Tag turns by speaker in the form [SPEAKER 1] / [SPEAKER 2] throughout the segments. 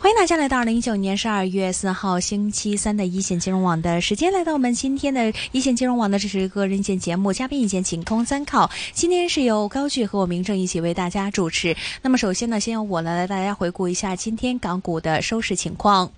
[SPEAKER 1] 欢迎大家来到二零一九年十二月四号星期三的一线金融网的时间，来到我们今天的一线金融网的这是一个人见节目，嘉宾意见仅供参考。今天是由高炬和我明正一起为大家主持。那么首先呢，先由我呢来大家回顾一下今天港股的收市情况。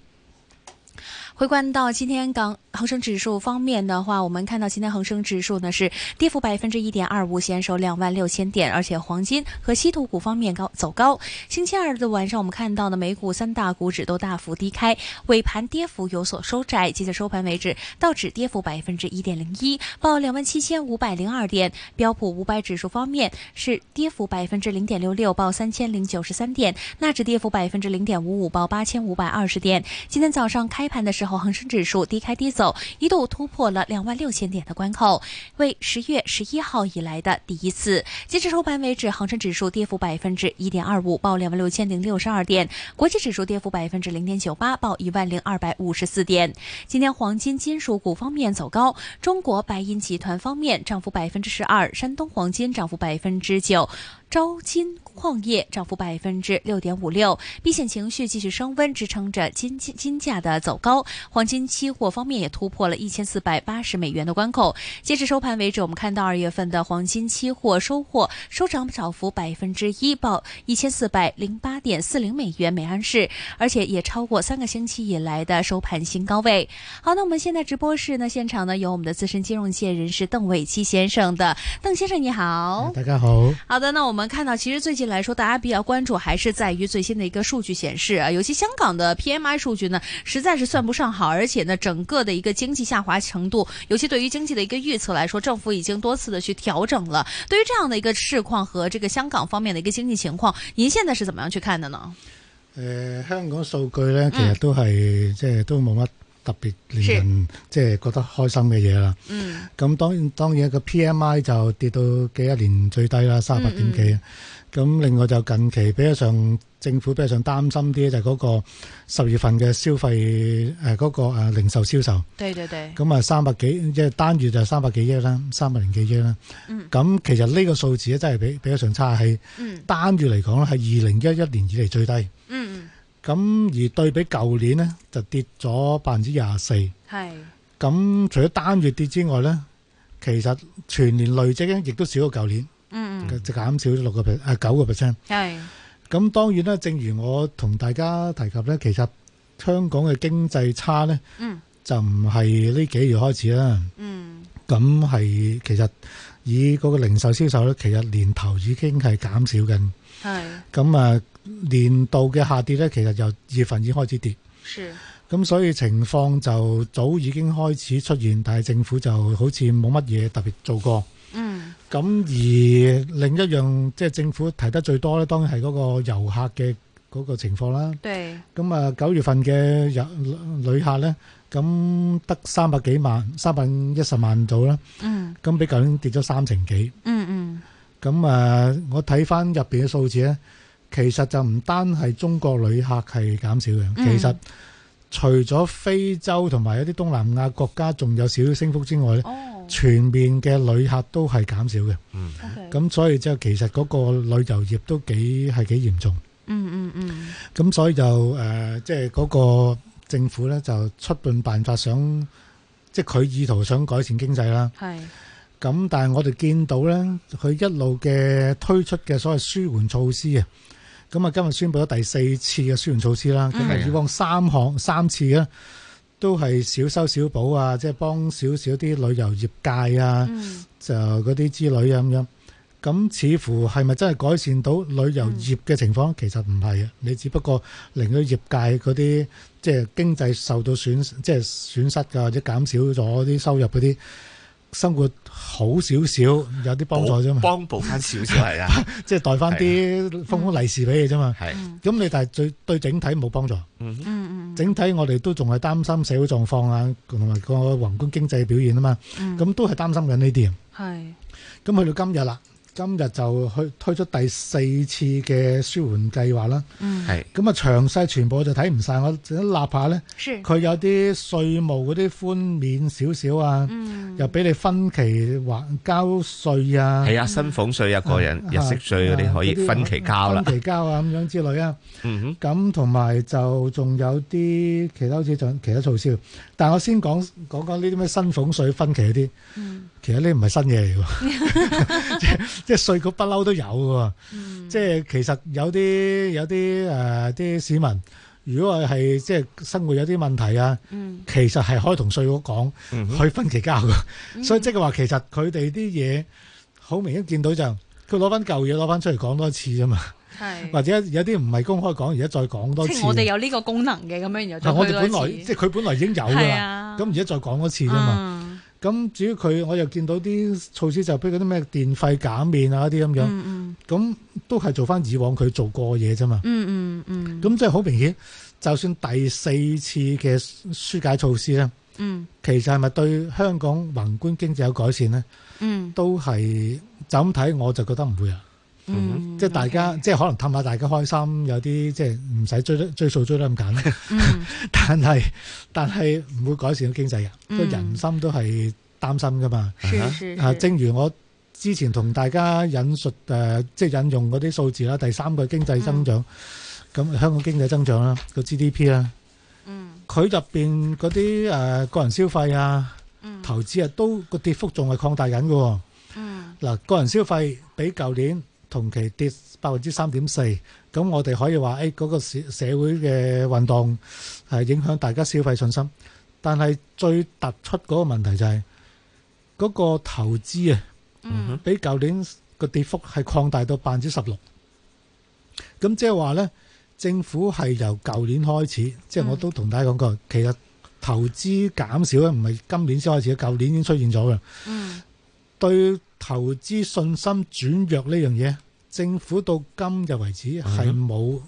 [SPEAKER 1] 回观到今天港恒生指数方面的话，我们看到今天恒生指数呢是跌幅百分之一点二五，先收两万六千点，而且黄金和稀土股方面高走高。星期二的晚上，我们看到呢美股三大股指都大幅低开，尾盘跌幅有所收窄。截至收盘为止，道指跌幅百分之一点零一，报两万七千五百零二点；标普五百指数方面是跌幅百分之零点六六，报三千零九十三点；纳指跌幅百分之零点五五，报八千五百二十点。今天早上开盘的时候。后，恒生指数低开低走，一度突破了两万六千点的关口，为十月十一号以来的第一次。截至收盘为止，恒生指数跌幅百分之一点二五，报两万六千零六十二点；国际指数跌幅百分之零点九八，报一万零二百五十四点。今天黄金金属股方面走高，中国白银集团方面涨幅百分之十二，山东黄金涨幅百分之九。招金矿业涨幅百分之六点五六，避险情绪继续升温，支撑着金金金价的走高。黄金期货方面也突破了一千四百八十美元的关口。截至收盘为止，我们看到二月份的黄金期货收获收涨涨幅百分之一，报一千四百零八点四零美元每安士，而且也超过三个星期以来的收盘新高位。好，那我们现在直播室呢，现场呢有我们的资深金融界人士邓伟基先生的，邓先生你好，
[SPEAKER 2] 大家好。
[SPEAKER 1] 好的，那我们。我们看到，其实最近来说，大家比较关注还是在于最新的一个数据显示啊，尤其香港的 PMI 数据呢，实在是算不上好，而且呢，整个的一个经济下滑程度，尤其对于经济的一个预测来说，政府已经多次的去调整了。对于这样的一个市况和这个香港方面的一个经济情况，您现在是怎么样去看的呢？
[SPEAKER 2] 誒、呃，香港數據咧，其實都係、嗯、即係都冇乜特別令人即係覺得開心嘅嘢啦。
[SPEAKER 1] 嗯。
[SPEAKER 2] 咁當然當然個 PMI 就跌到幾一年最低啦，三十八點幾。咁、嗯嗯、另外就近期比較上政府比較上擔心啲就係嗰個十月份嘅消費誒嗰、呃那個、呃、零售銷售。
[SPEAKER 1] 對對對。
[SPEAKER 2] 咁啊三百幾即係單月就三百幾億啦，三百零幾億啦。
[SPEAKER 1] 嗯。
[SPEAKER 2] 咁其實呢個數字咧真係比比較上差係單月嚟講咧係二零一一年以嚟最低。
[SPEAKER 1] 嗯。
[SPEAKER 2] 咁而對比舊年咧，就跌咗百分之廿四。
[SPEAKER 1] 係。
[SPEAKER 2] 咁除咗單月跌之外咧，其實全年累積咧，亦都少過舊年。
[SPEAKER 1] 嗯嗯。
[SPEAKER 2] 就減少咗六個 percent，誒九個 percent。
[SPEAKER 1] 係。
[SPEAKER 2] 咁當然啦，正如我同大家提及咧，其實香港嘅經濟差咧，
[SPEAKER 1] 嗯，
[SPEAKER 2] 就唔係呢幾月開始啦。
[SPEAKER 1] 嗯。
[SPEAKER 2] 咁係其實以嗰個零售銷售咧，其實年頭已經係減少緊。
[SPEAKER 1] 係。
[SPEAKER 2] 咁啊。年度嘅下跌咧，其實由二月份已經開始跌，咁所以情況就早已經開始出現，但係政府就好似冇乜嘢特別做過。
[SPEAKER 1] 嗯，
[SPEAKER 2] 咁而另一樣即係政府提得最多咧，當然係嗰個遊客嘅嗰個情況啦。
[SPEAKER 1] 對，
[SPEAKER 2] 咁啊九月份嘅遊旅客咧，咁得三百幾萬，三百一十萬度啦。
[SPEAKER 1] 嗯，
[SPEAKER 2] 咁比舊年跌咗三成幾。
[SPEAKER 1] 嗯嗯，
[SPEAKER 2] 咁啊，我睇翻入邊嘅數字咧。其實就唔單係中國旅客係減少嘅，其實除咗非洲同埋一啲東南亞國家仲有少少升幅之外咧，
[SPEAKER 1] 哦
[SPEAKER 2] 全面嘅旅客都係減少嘅。
[SPEAKER 3] 嗯，
[SPEAKER 2] 咁所以即係其實嗰個旅遊業都幾係幾嚴重。
[SPEAKER 1] 嗯嗯嗯。
[SPEAKER 2] 咁所以就誒，即係嗰個政府咧就出盡辦法想，即係佢意圖想改善經濟啦。
[SPEAKER 1] 係。
[SPEAKER 2] 咁但係我哋見到咧，佢一路嘅推出嘅所謂舒緩措施啊。咁啊，今日宣布咗第四次嘅舒緩措施啦。咁啊，以往三項三次咧，都係小修小補啊，即係幫少少啲旅遊業界啊，
[SPEAKER 1] 嗯、
[SPEAKER 2] 就嗰啲之類啊咁樣。咁似乎係咪真係改善到旅遊業嘅情況？嗯、其實唔係啊，你只不過令到業界嗰啲即係經濟受到損，即係損失㗎，或者減少咗啲收入嗰啲。生活好少少，有啲幫助啫嘛，
[SPEAKER 3] 幫補翻少少 係啊，
[SPEAKER 2] 即係袋翻啲封封利是俾你啫嘛。
[SPEAKER 3] 係
[SPEAKER 2] 咁你但係最對整體冇幫助，
[SPEAKER 3] 嗯
[SPEAKER 1] 嗯嗯
[SPEAKER 2] 整體我哋都仲係擔心社會狀況啊，同埋個宏觀經濟表現啊嘛，
[SPEAKER 1] 嗯，
[SPEAKER 2] 咁都係擔心緊呢啲。
[SPEAKER 1] 係
[SPEAKER 2] 咁去到今日啦，今日就去推出第四次嘅舒緩計劃啦。
[SPEAKER 1] 嗯
[SPEAKER 3] 係
[SPEAKER 2] 咁啊，詳細全部我就睇唔晒，我只立下咧，
[SPEAKER 1] 是
[SPEAKER 2] 佢有啲稅務嗰啲寬免少少啊，
[SPEAKER 1] 嗯
[SPEAKER 2] 又俾你分期還交稅啊，
[SPEAKER 3] 係啊，薪俸稅啊、個人
[SPEAKER 2] 啊
[SPEAKER 3] 入息稅嗰啲可以
[SPEAKER 2] 嗰啲
[SPEAKER 3] 分期交啦。
[SPEAKER 2] 分期交啊咁樣之類啊。
[SPEAKER 3] 嗯哼，
[SPEAKER 2] 咁同埋就仲有啲其他好似仲其他措施，但我先講講講呢啲咩薪俸税分期嗰啲，其實呢唔係新嘢嚟喎，即即係税局不嬲都有嘅喎，即係其實有啲有啲誒啲市民。如果係即係生活有啲問題啊，
[SPEAKER 1] 嗯
[SPEAKER 2] 其實係可以同税局講，
[SPEAKER 3] 嗯哼
[SPEAKER 2] 去分期交嘅。所以即係話其實佢哋啲嘢好明顯見到就佢攞翻舊嘢攞翻出嚟講多一次啫嘛。
[SPEAKER 1] 係，
[SPEAKER 2] 或者有啲唔係公開講，而家再講多
[SPEAKER 1] 即嗯
[SPEAKER 2] 次。
[SPEAKER 1] 係我哋有呢個功能嘅咁樣，然
[SPEAKER 2] 嗱
[SPEAKER 1] 後
[SPEAKER 2] 我
[SPEAKER 1] 再
[SPEAKER 2] 哋
[SPEAKER 1] 去
[SPEAKER 2] 本
[SPEAKER 1] 多
[SPEAKER 2] 來
[SPEAKER 1] 一
[SPEAKER 2] 即
[SPEAKER 1] 次，
[SPEAKER 2] 係佢本來已經有㗎
[SPEAKER 1] 係
[SPEAKER 2] 啦，
[SPEAKER 1] 啊
[SPEAKER 2] 咁而家再講多次啫嘛。
[SPEAKER 1] 嗯
[SPEAKER 2] 咁至於佢，我又見到啲措施就譬如嗰啲咩電費減免啊嗰啲咁樣，
[SPEAKER 1] 嗯
[SPEAKER 2] 咁都係做翻以往佢做過嘅嘢啫嘛。
[SPEAKER 1] 嗯嗯嗯
[SPEAKER 2] 咁即係好明顯，就算第四次嘅疏解措施咧，
[SPEAKER 1] 嗯
[SPEAKER 2] 其實係咪對香港宏觀經濟有改善咧？
[SPEAKER 1] 嗯
[SPEAKER 2] 都係就咁睇，我就覺得唔會啊。
[SPEAKER 1] 嗯，
[SPEAKER 2] 即係大家，即係可能氹下大家開心，有啲即係唔使追得追數追得咁緊。
[SPEAKER 1] 嗯
[SPEAKER 2] 但係但係唔會改善到經濟嘅，
[SPEAKER 1] 嗯
[SPEAKER 2] 個人心都係擔心噶嘛。
[SPEAKER 1] 是是
[SPEAKER 2] 啊，
[SPEAKER 1] 是
[SPEAKER 2] 正如我之前同大家引述誒、呃即係引用嗰啲數字啦，第三個經濟增長，咁、香港經濟增長啦，個 GDP 啦，
[SPEAKER 1] 嗯
[SPEAKER 2] 佢入邊嗰啲誒個人消費啊、
[SPEAKER 1] 嗯
[SPEAKER 2] 投資啊，都個跌幅仲係擴大緊嘅喎。
[SPEAKER 1] 嗯
[SPEAKER 2] 嗱，個人消費比舊年同期跌百分之三點四，咁我哋可以話誒嗰個社社會嘅運動係影響大家消費信心，但係最突出嗰個問題就係、嗰個投資啊，
[SPEAKER 3] 嗯哼，
[SPEAKER 2] 比舊年個跌幅係擴大到百分之十六，咁即係話呢，政府係由舊年開始，
[SPEAKER 3] 嗯
[SPEAKER 2] 即係我都同大家講過，其實投資減少咧，唔係今年先開始，舊年已經出現咗嘅。
[SPEAKER 1] 嗯
[SPEAKER 2] 對投資信心轉弱呢樣嘢，政府到今日為止係
[SPEAKER 3] 嗯
[SPEAKER 2] 冇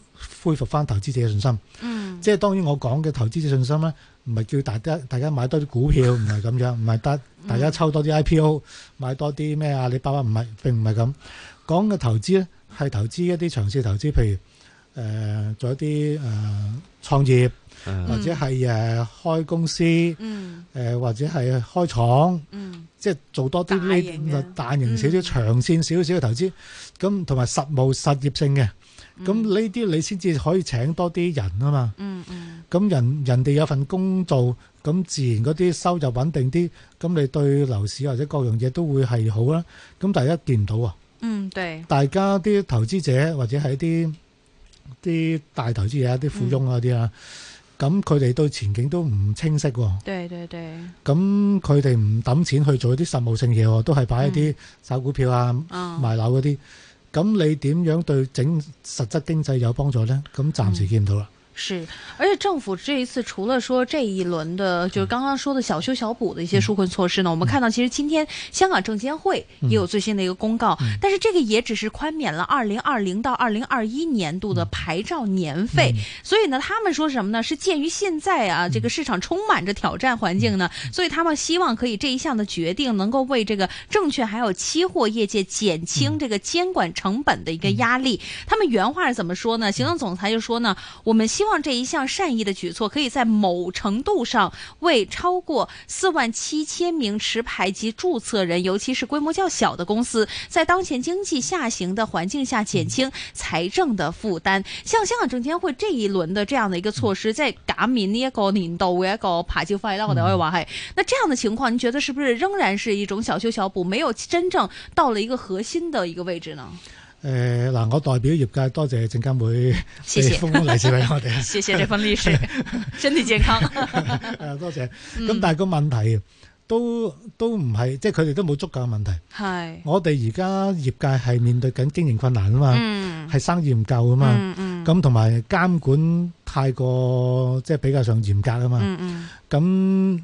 [SPEAKER 2] 恢復翻投資者嘅信心。
[SPEAKER 1] 嗯
[SPEAKER 2] 即係當然我講嘅投資者信心呢，唔係叫大家大家買多啲股票，唔係咁樣，唔係得
[SPEAKER 1] 嗯
[SPEAKER 2] 大家抽多啲 IPO，買多啲咩啊阿里巴巴，唔係並唔係咁。講嘅投資呢，係投資一啲長線投資，譬如誒做一啲誒、呃、創業，
[SPEAKER 3] 嗯
[SPEAKER 2] 或者係誒、呃、開公司，誒、
[SPEAKER 1] 嗯
[SPEAKER 2] 或者係開廠。
[SPEAKER 1] 嗯
[SPEAKER 2] 即係做多啲
[SPEAKER 1] 大型嘅嗯
[SPEAKER 2] 呢啲大型少少、長線少少嘅投資，咁同埋實務實業性嘅，咁呢啲你先至可以請多啲人啊嘛。
[SPEAKER 1] 嗯嗯
[SPEAKER 2] 咁人人哋有份工做，咁自然嗰啲收入穩定啲，咁你對樓市或者各樣嘢都會係好啦。咁大家見唔到啊，
[SPEAKER 1] 嗯，對，
[SPEAKER 2] 大家啲投資者或者係啲啲大投資者、啲富翁啊啲啊，咁佢哋對前景都唔清晰喎。
[SPEAKER 1] 對對對，
[SPEAKER 2] 咁佢哋唔抌錢去做一啲實務性嘢喎，都係擺一啲炒股票啊、
[SPEAKER 1] 嗯
[SPEAKER 2] 賣樓嗰啲。咁你點樣對整實質經濟有幫助呢？咁暫時見唔到啦。
[SPEAKER 1] 是，而且政府这一次除了说这一轮的，就是刚刚说的小修小补的一些纾困措施呢，我们看到其实今天香港证监会也有最新的一个公告，但是这个也只是宽免了二零二零到二零二一年度的牌照年费，所以呢，他们说什么呢？是鉴于现在啊这个市场充满着挑战环境呢，所以他们希望可以这一项的决定能够为这个证券还有期货业界减轻这个监管成本的一个压力。他们原话是怎么说呢？行政总裁就说呢，我们希望这一项善意的举措可以在某程度上为超过四万七千名持牌及注册人，尤其是规模较小的公司，在当前经济下行的环境下减轻财政的负担。像香港证监会这一轮的这样的一个措施，在减免呢一个年度嘅一個牌照費啦，我哋可以話係。那这样的情况，你觉得是不是仍然是一种小修小补，没有真正到了一个核心的一个位置呢？
[SPEAKER 2] 誒呃嗱、我代表業界多謝證監會
[SPEAKER 1] 謝謝
[SPEAKER 2] 俾封封利是俾我 哋
[SPEAKER 1] 谢谢这份历史，身体健康。
[SPEAKER 2] 啊，多謝。
[SPEAKER 1] 嗯
[SPEAKER 2] 咁但係個問題都都唔係，即係佢哋都冇足夠嘅問題。
[SPEAKER 1] 係。
[SPEAKER 2] 我哋而家業界係面對緊經營困難啊嘛，
[SPEAKER 1] 嗯
[SPEAKER 2] 係、生意唔夠啊嘛。
[SPEAKER 1] 嗯嗯嗯
[SPEAKER 2] 咁同埋監管太過即係比較上嚴格啊嘛。
[SPEAKER 1] 嗯嗯
[SPEAKER 2] 咁誒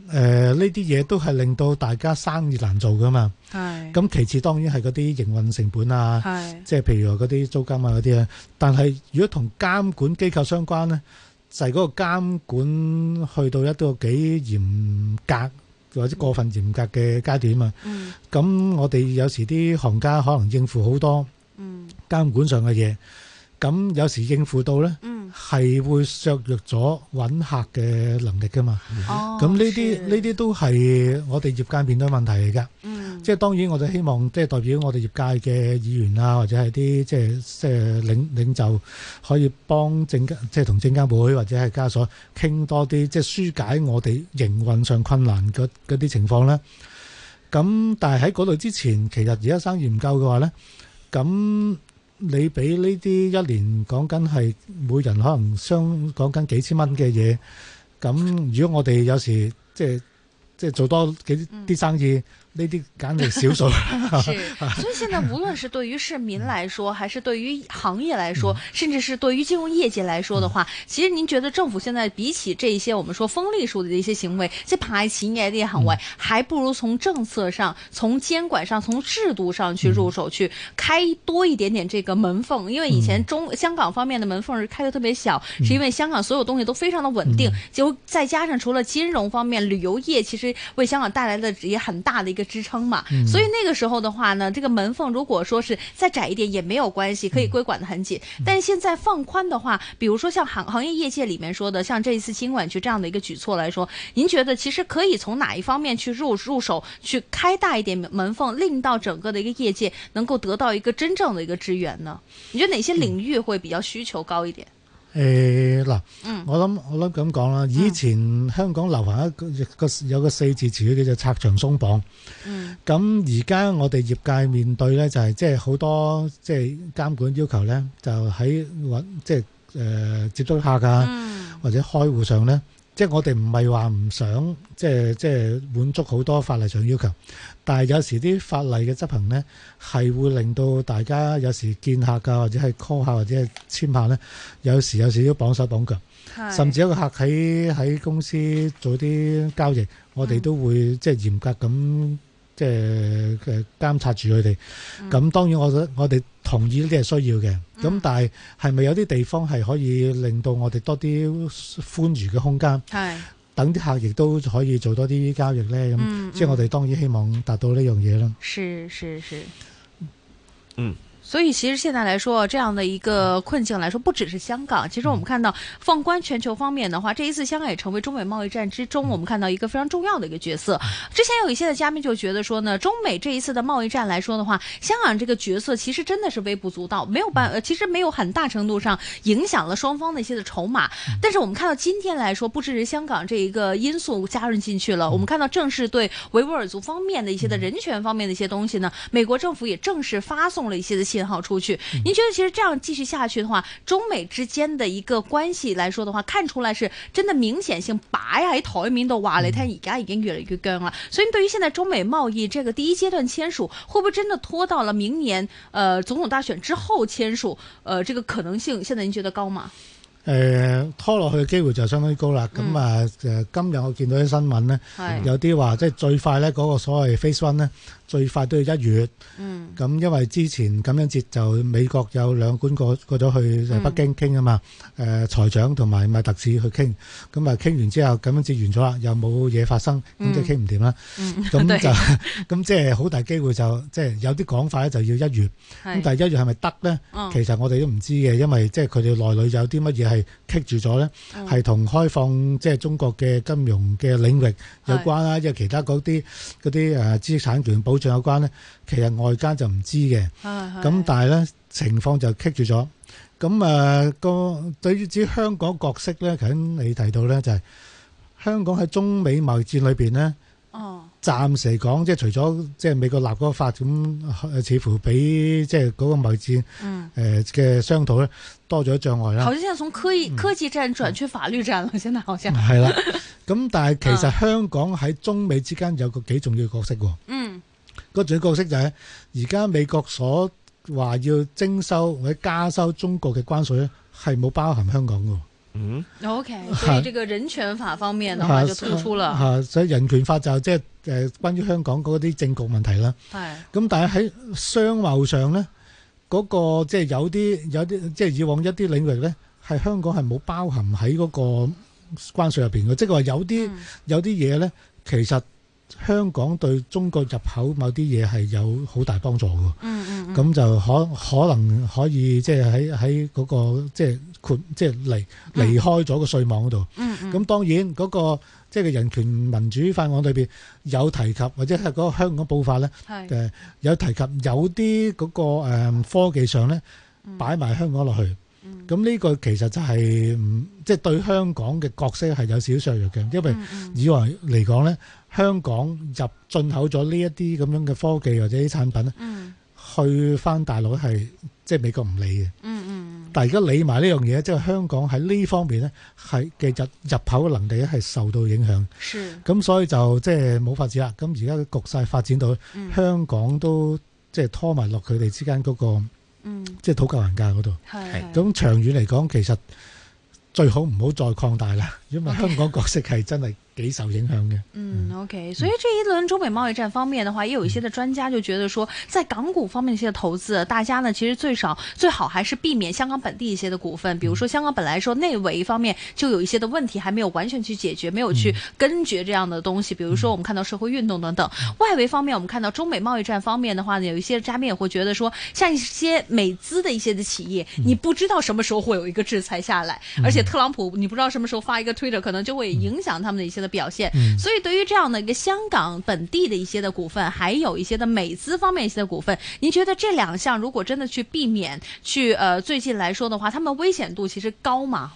[SPEAKER 2] 呢啲嘢都係令到大家生意難做噶嘛。
[SPEAKER 1] 係
[SPEAKER 2] 咁啊其次當然係嗰啲營運成本啊，
[SPEAKER 1] 係
[SPEAKER 2] 即係譬如話嗰啲租金啊嗰啲啊。但係如果同監管機構相關咧，就係、嗰個監管去到一個幾嚴格或者過分嚴格嘅階段啊嘛。
[SPEAKER 1] 嗯
[SPEAKER 2] 咁我哋有時啲行家可能應付好多
[SPEAKER 1] 嗯
[SPEAKER 2] 監管上嘅嘢，咁有時應付到咧。
[SPEAKER 1] 嗯
[SPEAKER 2] 係會削弱咗揾客嘅能力噶嘛？
[SPEAKER 1] 哦
[SPEAKER 2] 咁呢啲呢啲都係我哋業界面對問題嚟㗎。
[SPEAKER 1] 嗯
[SPEAKER 2] 即係當然，我哋希望即係代表我哋業界嘅議員啊，或者係啲即係即係領領袖，可以幫證監即係同證監會或者係交所傾多啲，即係疏解我哋營運上困難嗰嗰啲情況啦。咁但係喺嗰度之前，其實而家生意唔夠嘅話咧，咁你俾呢啲一年講緊係每人可能相講緊幾千蚊嘅嘢，咁如果我哋有時即係即係做多幾啲生意，呢啲簡直少數。
[SPEAKER 1] 是，所以现在无论是对于市民来说，还是对于行业来说，甚至是对于金融业界来说的话，其实您觉得政府现在比起这一些我们说风利数的一些行为，即係排企业啲行为，还不如从政策上、从监管上、从制度上去入手，去开多一点点这个门缝。因为以前中香港方面的门缝是开的特别小，是因为香港所有东西都非常的稳定，结果再加上除了金融方面，旅游业其实为香港带来的也很大的一个支撑嘛。
[SPEAKER 2] 嗯
[SPEAKER 1] 所以那个时候的话呢，这个门缝如果说是再窄一点也没有关系，
[SPEAKER 2] 嗯
[SPEAKER 1] 可以规管的很紧。但是现在放宽的话，比如说像行行业业界里面说的，像这一次新管局这样的一个举措来说，您觉得其实可以从哪一方面去入入手，去开大一点门缝，令到整个的一个业界能够得到一个真正的一个支援呢？你觉得哪些
[SPEAKER 2] 嗯
[SPEAKER 1] 领域会比较需求高一点？
[SPEAKER 2] 誒嗱、
[SPEAKER 1] 嗯
[SPEAKER 2] 我諗我諗咁講啦，以前香港流行一個一個有個四字詞叫做拆牆鬆綁。
[SPEAKER 1] 嗯
[SPEAKER 2] 咁而家我哋業界面對咧就係即係好多即係監管要求咧，就喺揾即係誒接觸客啊，
[SPEAKER 1] 嗯
[SPEAKER 2] 或者開户上咧，即係我哋唔係話唔想即係即係滿足好多法例上要求，但係有時啲法例嘅執行咧係會令到大家有時見客㗎，或者係 call 客或者係簽客咧，有時有時都綁手綁腳。甚至有個客喺喺公司做啲交易，我哋都會即係嚴格咁即係誒監察住佢哋。咁、當然我覺得我哋同意呢啲係需要嘅。咁、
[SPEAKER 1] 嗯
[SPEAKER 2] 但係係咪有啲地方係可以令到我哋多啲寬裕嘅空間，
[SPEAKER 1] 係
[SPEAKER 2] 等啲客亦都可以做多啲交易咧？咁、
[SPEAKER 1] 嗯
[SPEAKER 2] 即係我
[SPEAKER 1] 嗯
[SPEAKER 2] 哋當然希望達到呢樣嘢啦。
[SPEAKER 1] 是是是，
[SPEAKER 3] 嗯。
[SPEAKER 1] 所以其实现在来说，这样的一个困境来说，不只是香港。其实我们看到，放观全球方面的话，这一次香港也成为中美贸易战之中，我们看到一个非常重要的一个角色。之前有一些的嘉宾就觉得说呢，中美这一次的贸易战来说的话，香港这个角色其实真的是微不足道，没有办，呃，其实没有很大程度上影响了双方的一些的筹码。但是我们看到今天来说，不只是香港这一个因素加入进去了，我们看到正是对维吾尔族方面的一些的人权方面的一些东西呢，美国政府也正式发送了一些的信号出去。您觉得其实这样继续下去的话，中美之间的一个关系来说的话，看出来是真的明显性哎摆喺台面度話你聽，而哎家已經越嚟越僵啦。所以對於現在中美貿易這個第一階段簽署，會不會真的拖到了明年呃總統大選之後簽署？呃，這個可能性現在您覺得高嗎？
[SPEAKER 2] 誒、拖落去嘅機會就相當於高啦。咁
[SPEAKER 1] 嗯
[SPEAKER 2] 啊誒，今日我見到啲新聞咧。
[SPEAKER 1] 係，
[SPEAKER 2] 有啲話即係最快咧，嗰、個所謂 Phase One 咧，最快都要一月。
[SPEAKER 1] 嗯
[SPEAKER 2] 咁因為之前感恩節就美國有兩官過過咗去
[SPEAKER 1] 嗯
[SPEAKER 2] 北京傾啊嘛，誒、財長同埋咪特使去傾。咁啊傾完之後，感恩節完咗啦，又冇嘢發生，咁即係傾 唔掂啦。
[SPEAKER 1] 嗯，
[SPEAKER 2] 咁、
[SPEAKER 1] 對
[SPEAKER 2] 就 咁即係好大機會就即係有啲講法咧就要一月。咁
[SPEAKER 1] 係
[SPEAKER 2] 但係一月係咪得咧？
[SPEAKER 1] 嗯
[SPEAKER 2] 其實我哋都唔知嘅，因為即係佢哋內裏有啲乜嘢係棘住咗咧，
[SPEAKER 1] 嗯
[SPEAKER 2] 係同開放即係中國嘅金融嘅領域有關啦，因為其他嗰啲嗰啲誒知識產權保障有關咧，其實外間就唔知嘅。
[SPEAKER 1] 係
[SPEAKER 2] 咁
[SPEAKER 1] 係
[SPEAKER 2] 但係咧情況就棘住咗。咁誒個對於至於香港角色咧，頭先你提到咧就係、香港喺中美貿易戰裏邊咧。
[SPEAKER 1] 哦
[SPEAKER 2] 暫時嚟講，即係除咗即係美國立嗰個法咁，呃似乎比即係嗰個貿易戰
[SPEAKER 1] 嗯。
[SPEAKER 2] 誒呃嘅商討咧多咗障礙
[SPEAKER 1] 好
[SPEAKER 2] 啦，
[SPEAKER 1] 像現在從科技科技戰轉去法律戰了，現在好像，
[SPEAKER 2] 係啦。咁但係
[SPEAKER 1] 啊
[SPEAKER 2] 其實香港喺中美之間有個幾重要嘅角色喎。
[SPEAKER 1] 嗯
[SPEAKER 2] 個重要角色就係而家美國所話要徵收或者加收中國嘅關稅咧，係冇包含香港嘅喎。
[SPEAKER 3] 嗯
[SPEAKER 1] OK，所以这个人權法方面的話就突出了，
[SPEAKER 2] 嚇啊所以人權法就即係誒關於香港嗰啲政局問題啦。
[SPEAKER 1] 係
[SPEAKER 2] 咁但係喺商貿上咧，嗰、個即係有啲有啲即係以往一啲領域咧，係香港係冇包含喺嗰個關稅入邊嘅，即係話有啲、有啲嘢咧，其實香港對中國入口某啲嘢係有好大幫助嘅。
[SPEAKER 1] 嗯嗯
[SPEAKER 2] 咁就可可能可以即係喺喺嗰個即係豁即係離離開咗個稅網嗰度。
[SPEAKER 1] 嗯嗯，
[SPEAKER 2] 咁當然嗰、個即係嘅人權民主法案裏邊有提及，或者係嗰個香港報法咧。
[SPEAKER 1] 係
[SPEAKER 2] 誒有提及有啲嗰個誒科技上咧擺埋香港落去，咁呢個其實就係唔即係對香港嘅角色係有少少削弱嘅，因為以往嚟講咧，香港入進口咗呢一啲咁樣嘅科技或者啲產品咧，
[SPEAKER 1] 嗯
[SPEAKER 2] 去翻大陸係即係美國唔理嘅，
[SPEAKER 1] 嗯嗯
[SPEAKER 2] 但係而家理埋呢樣嘢，即係香港喺呢方面咧係嘅入入口能力咧係受到影響。
[SPEAKER 1] 是，
[SPEAKER 2] 咁所以就即係冇法子啦。咁而家嘅局勢發展到
[SPEAKER 1] 嗯
[SPEAKER 2] 香港都即係拖埋落佢哋之間嗰、個
[SPEAKER 1] 嗯
[SPEAKER 2] 即係討價還價嗰度。
[SPEAKER 1] 係
[SPEAKER 2] 咁長遠嚟講，其實最好唔好再擴大 啦，因為香港角色係真係幾受影響嘅。
[SPEAKER 1] 嗯，OK，所以這一輪中美貿易戰方面的話，也有一些的專家就覺得說，在港股方面的一些投資，大家呢其實最少最好還是避免香港本地一些的股份，比如說香港本來說内围方面就有一些的問題還沒有完全去解決，沒有去根絕這樣的東西，比如說我們看到社會運動等等。外围方面，我们看到中美貿易戰方面的話呢，有一些嘉賓也會覺得說，像一些美資的一些的企業，你不知道什么時候會有一个制裁下来，而且特朗普你不知道什么時候發一個推特，可能就會影響他們的一些的表現。
[SPEAKER 2] 嗯
[SPEAKER 1] 所以对于这样的一个香港本地的一些的股份，还有一些的美资方面一些的股份，您觉得这两项如果真的去避免去呃最近来说的话，他们危险度其实高嘛？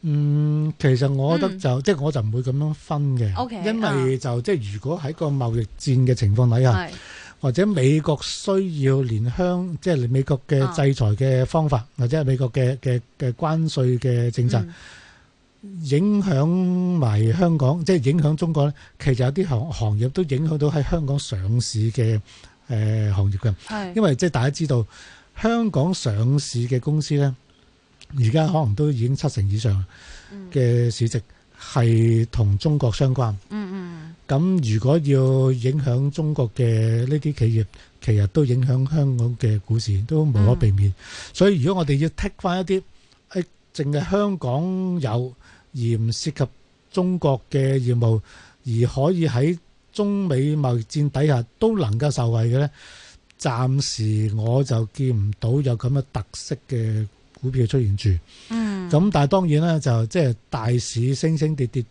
[SPEAKER 2] 嗯，其實我覺得
[SPEAKER 1] 嗯
[SPEAKER 2] 就、即係我就唔會咁樣分嘅
[SPEAKER 1] OK，啊
[SPEAKER 2] 因為就即係如果喺個貿易戰嘅情況底下，
[SPEAKER 1] 系
[SPEAKER 2] 或者美國需要連香即係美國嘅
[SPEAKER 1] 啊
[SPEAKER 2] 制裁嘅方法，或者係美國嘅嘅嘅關稅嘅政
[SPEAKER 1] 嗯
[SPEAKER 2] 策。影響埋香港，即係影響中國咧。其實有啲行行業都影響到喺香港上市嘅誒、呃行業嘅，
[SPEAKER 1] 系
[SPEAKER 2] 因為即係大家知道香港上市嘅公司咧，而家可能都已經七成以上嘅市值係同中國相關。
[SPEAKER 1] 嗯
[SPEAKER 2] 咁如果要影響中國嘅呢啲企業，其實都影響香港嘅股市，都無可避
[SPEAKER 1] 嗯
[SPEAKER 2] 免。所以如果我哋要剔翻一啲誒，淨係香港有而唔涉及中國嘅業務，而可以喺中美貿易戰底下都能夠受惠嘅呢，暫時我就見唔到有咁嘅特色嘅股票出現住。
[SPEAKER 1] 嗯嗯
[SPEAKER 2] 咁但係當然啦，就即係大市升升跌跌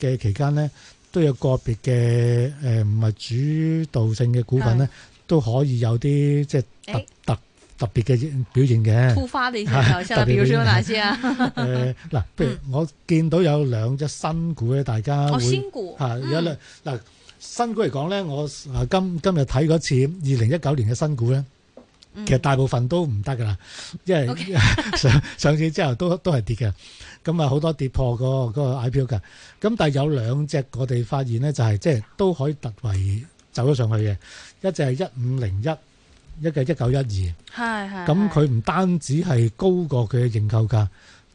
[SPEAKER 2] 嘅期間咧，都有個別嘅誒唔係主導性嘅股份咧，都可以有啲即係特
[SPEAKER 1] 誒
[SPEAKER 2] 特特別嘅表現嘅。
[SPEAKER 1] 突发的一些表现 了，
[SPEAKER 2] 特别
[SPEAKER 1] 比如说有哪些啊？
[SPEAKER 2] 誒嗱，譬
[SPEAKER 1] 嗯
[SPEAKER 2] 如我見到有兩隻新股咧，大家
[SPEAKER 1] 哦，
[SPEAKER 2] 會
[SPEAKER 1] 新股
[SPEAKER 2] 嚇啊有兩嗱新股嚟講咧，我啊今今日睇嗰次二零一九年嘅新股咧。其實大部分都唔得㗎啦，因為
[SPEAKER 1] OK
[SPEAKER 2] 上上市之後都都係跌嘅，咁啊好多跌破個嗰個 IPO 㗎。咁但係有兩隻我哋發現咧，就係即係都可以突圍走咗上去嘅，一隻係一五零一，一個一九一二。
[SPEAKER 1] 系系咁
[SPEAKER 2] 咁佢唔單止係高過佢嘅認購價，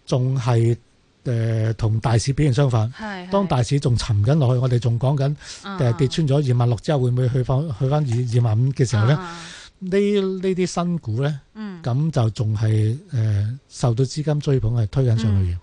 [SPEAKER 2] 仲係誒同大市表現相反。
[SPEAKER 1] 系啊
[SPEAKER 2] 當大市仲沉緊落去，我哋仲講緊
[SPEAKER 1] 嗯
[SPEAKER 2] 誒跌穿咗二萬六之後，會唔會去翻去翻二二萬五嘅時候咧？
[SPEAKER 1] 啊啊
[SPEAKER 2] 呢呢啲新股咧，
[SPEAKER 1] 嗯
[SPEAKER 2] 咁就仲係誒受到資金追捧，係推緊上去嘅。
[SPEAKER 1] 嗯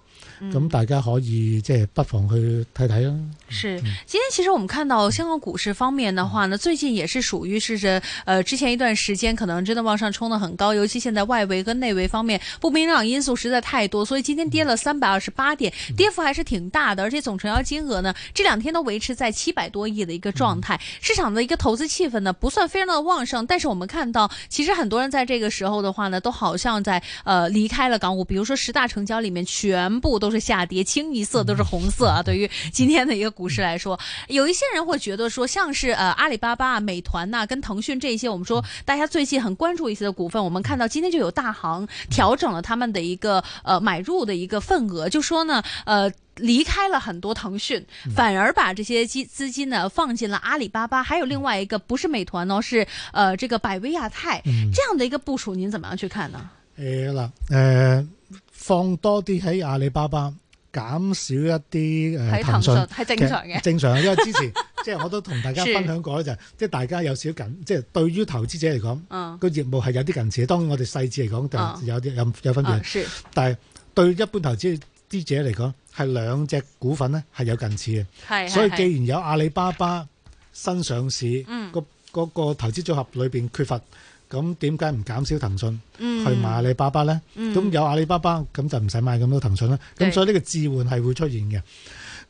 [SPEAKER 2] 咁大家可以即係不妨去睇睇啦。
[SPEAKER 1] 是，今天其实我们看到香港股市方面的话呢，最近也是属于是这呃之前一段时间可能真的往上冲的很高，尤其现在外围跟内围方面不明朗因素实在太多，所以今天跌了三百二十八点，跌幅还是挺大的，而且总成交金额呢这两天都维持在七百多亿的一个状态，市场的一个投资气氛呢不算非常的旺盛，但是我们看到其实很多人在这个时候的话呢，都好像在呃离开了港股，比如说十大成交里面全部都是下跌，清一色都是红色啊，对于今天的一个。股市来说，有一些人会觉得说，像是呃阿里巴巴啊、美团呐、跟腾讯这一些，我们
[SPEAKER 2] 嗯
[SPEAKER 1] 说大家最近很关注一些的股份，我们看到今天就有大
[SPEAKER 2] 嗯
[SPEAKER 1] 行调整了他们的一个呃买入的一个份额，就说呢，呃。离开了很多腾讯，
[SPEAKER 2] 嗯
[SPEAKER 1] 反而把这些基资金呢放进了阿里巴巴，还有另外一个不是美团哦，是呃这个百威亚太
[SPEAKER 2] 嗯
[SPEAKER 1] 这样的一个部署，您怎么样去看呢？
[SPEAKER 2] 誒嗱誒，放多啲喺阿里巴巴，減少一啲誒
[SPEAKER 1] 喺
[SPEAKER 2] 騰
[SPEAKER 1] 騰訊
[SPEAKER 2] 訊。
[SPEAKER 1] 係正常嘅，
[SPEAKER 2] 正常，因為之 前即係我都同大家
[SPEAKER 1] 是
[SPEAKER 2] 分享過咧，就係即係大家有少緊，即係對於投資者嚟講，
[SPEAKER 1] 嗯
[SPEAKER 2] 個業務係有啲近似嘅。當然我哋細緻嚟講
[SPEAKER 1] 啊
[SPEAKER 2] 就有啲有有分
[SPEAKER 1] 啊
[SPEAKER 2] 別，
[SPEAKER 1] 是
[SPEAKER 2] 但係對一般投資者嚟講係兩隻股份咧係有近似嘅。
[SPEAKER 1] 係
[SPEAKER 2] 所以
[SPEAKER 1] 係
[SPEAKER 2] 既然有阿里巴巴新上市，
[SPEAKER 1] 嗯
[SPEAKER 2] 個嗰個投資組合裏邊缺乏，咁點解唔減少騰訊
[SPEAKER 1] 嗯
[SPEAKER 2] 去買阿里巴巴呢？咁、有阿里巴巴，咁就唔使買咁多騰訊啦。
[SPEAKER 1] 對
[SPEAKER 2] 咁所以呢個置換係會出現嘅。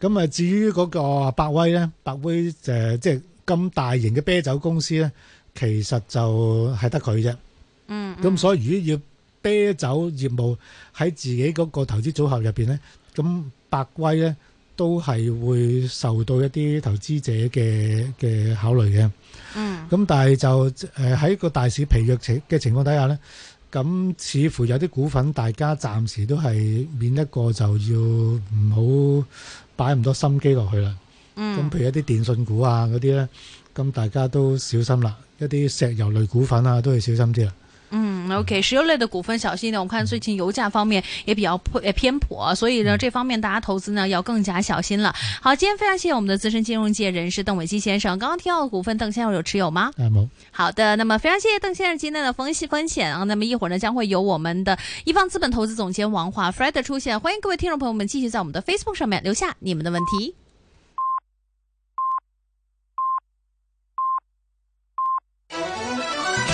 [SPEAKER 2] 咁啊，至於嗰個百威呢，百威誒、呃即係咁大型嘅啤酒公司呢，其實就係得佢啫。
[SPEAKER 1] 嗯
[SPEAKER 2] 咁所以如果要啤酒業務喺自己嗰個投資組合入邊咧，咁百威咧都係會受到一啲投資者嘅嘅考慮嘅。
[SPEAKER 1] 嗯
[SPEAKER 2] 咁但係就誒喺個大市疲弱情嘅情況底下咧，咁似乎有啲股份大家暫時都係免一個就要唔好擺咁多心機落去啦。咁
[SPEAKER 1] 嗯
[SPEAKER 2] 譬如一啲電信股啊嗰啲咧，咁大家都小心啦。一啲石油類股份啊，都要小心啲啦。
[SPEAKER 1] 嗯，OK，石油类的股份小心一点。我们看最近油价方面也比较颇呃偏颇，所以呢，这方面大家投资呢要更加小心了。好，今天非常谢谢我们的资深金融界人士邓伟基先生。刚刚提到的股份，邓先生有持有吗？
[SPEAKER 2] 係冇。
[SPEAKER 1] 好的，那么非常谢谢邓先生今天的分析分享啊。那么一会儿呢，将会有我们的一方资本投资总监王华 Fred 出现，欢迎各位听众朋友们继续在我们的 Facebook 上面留下你们的问题。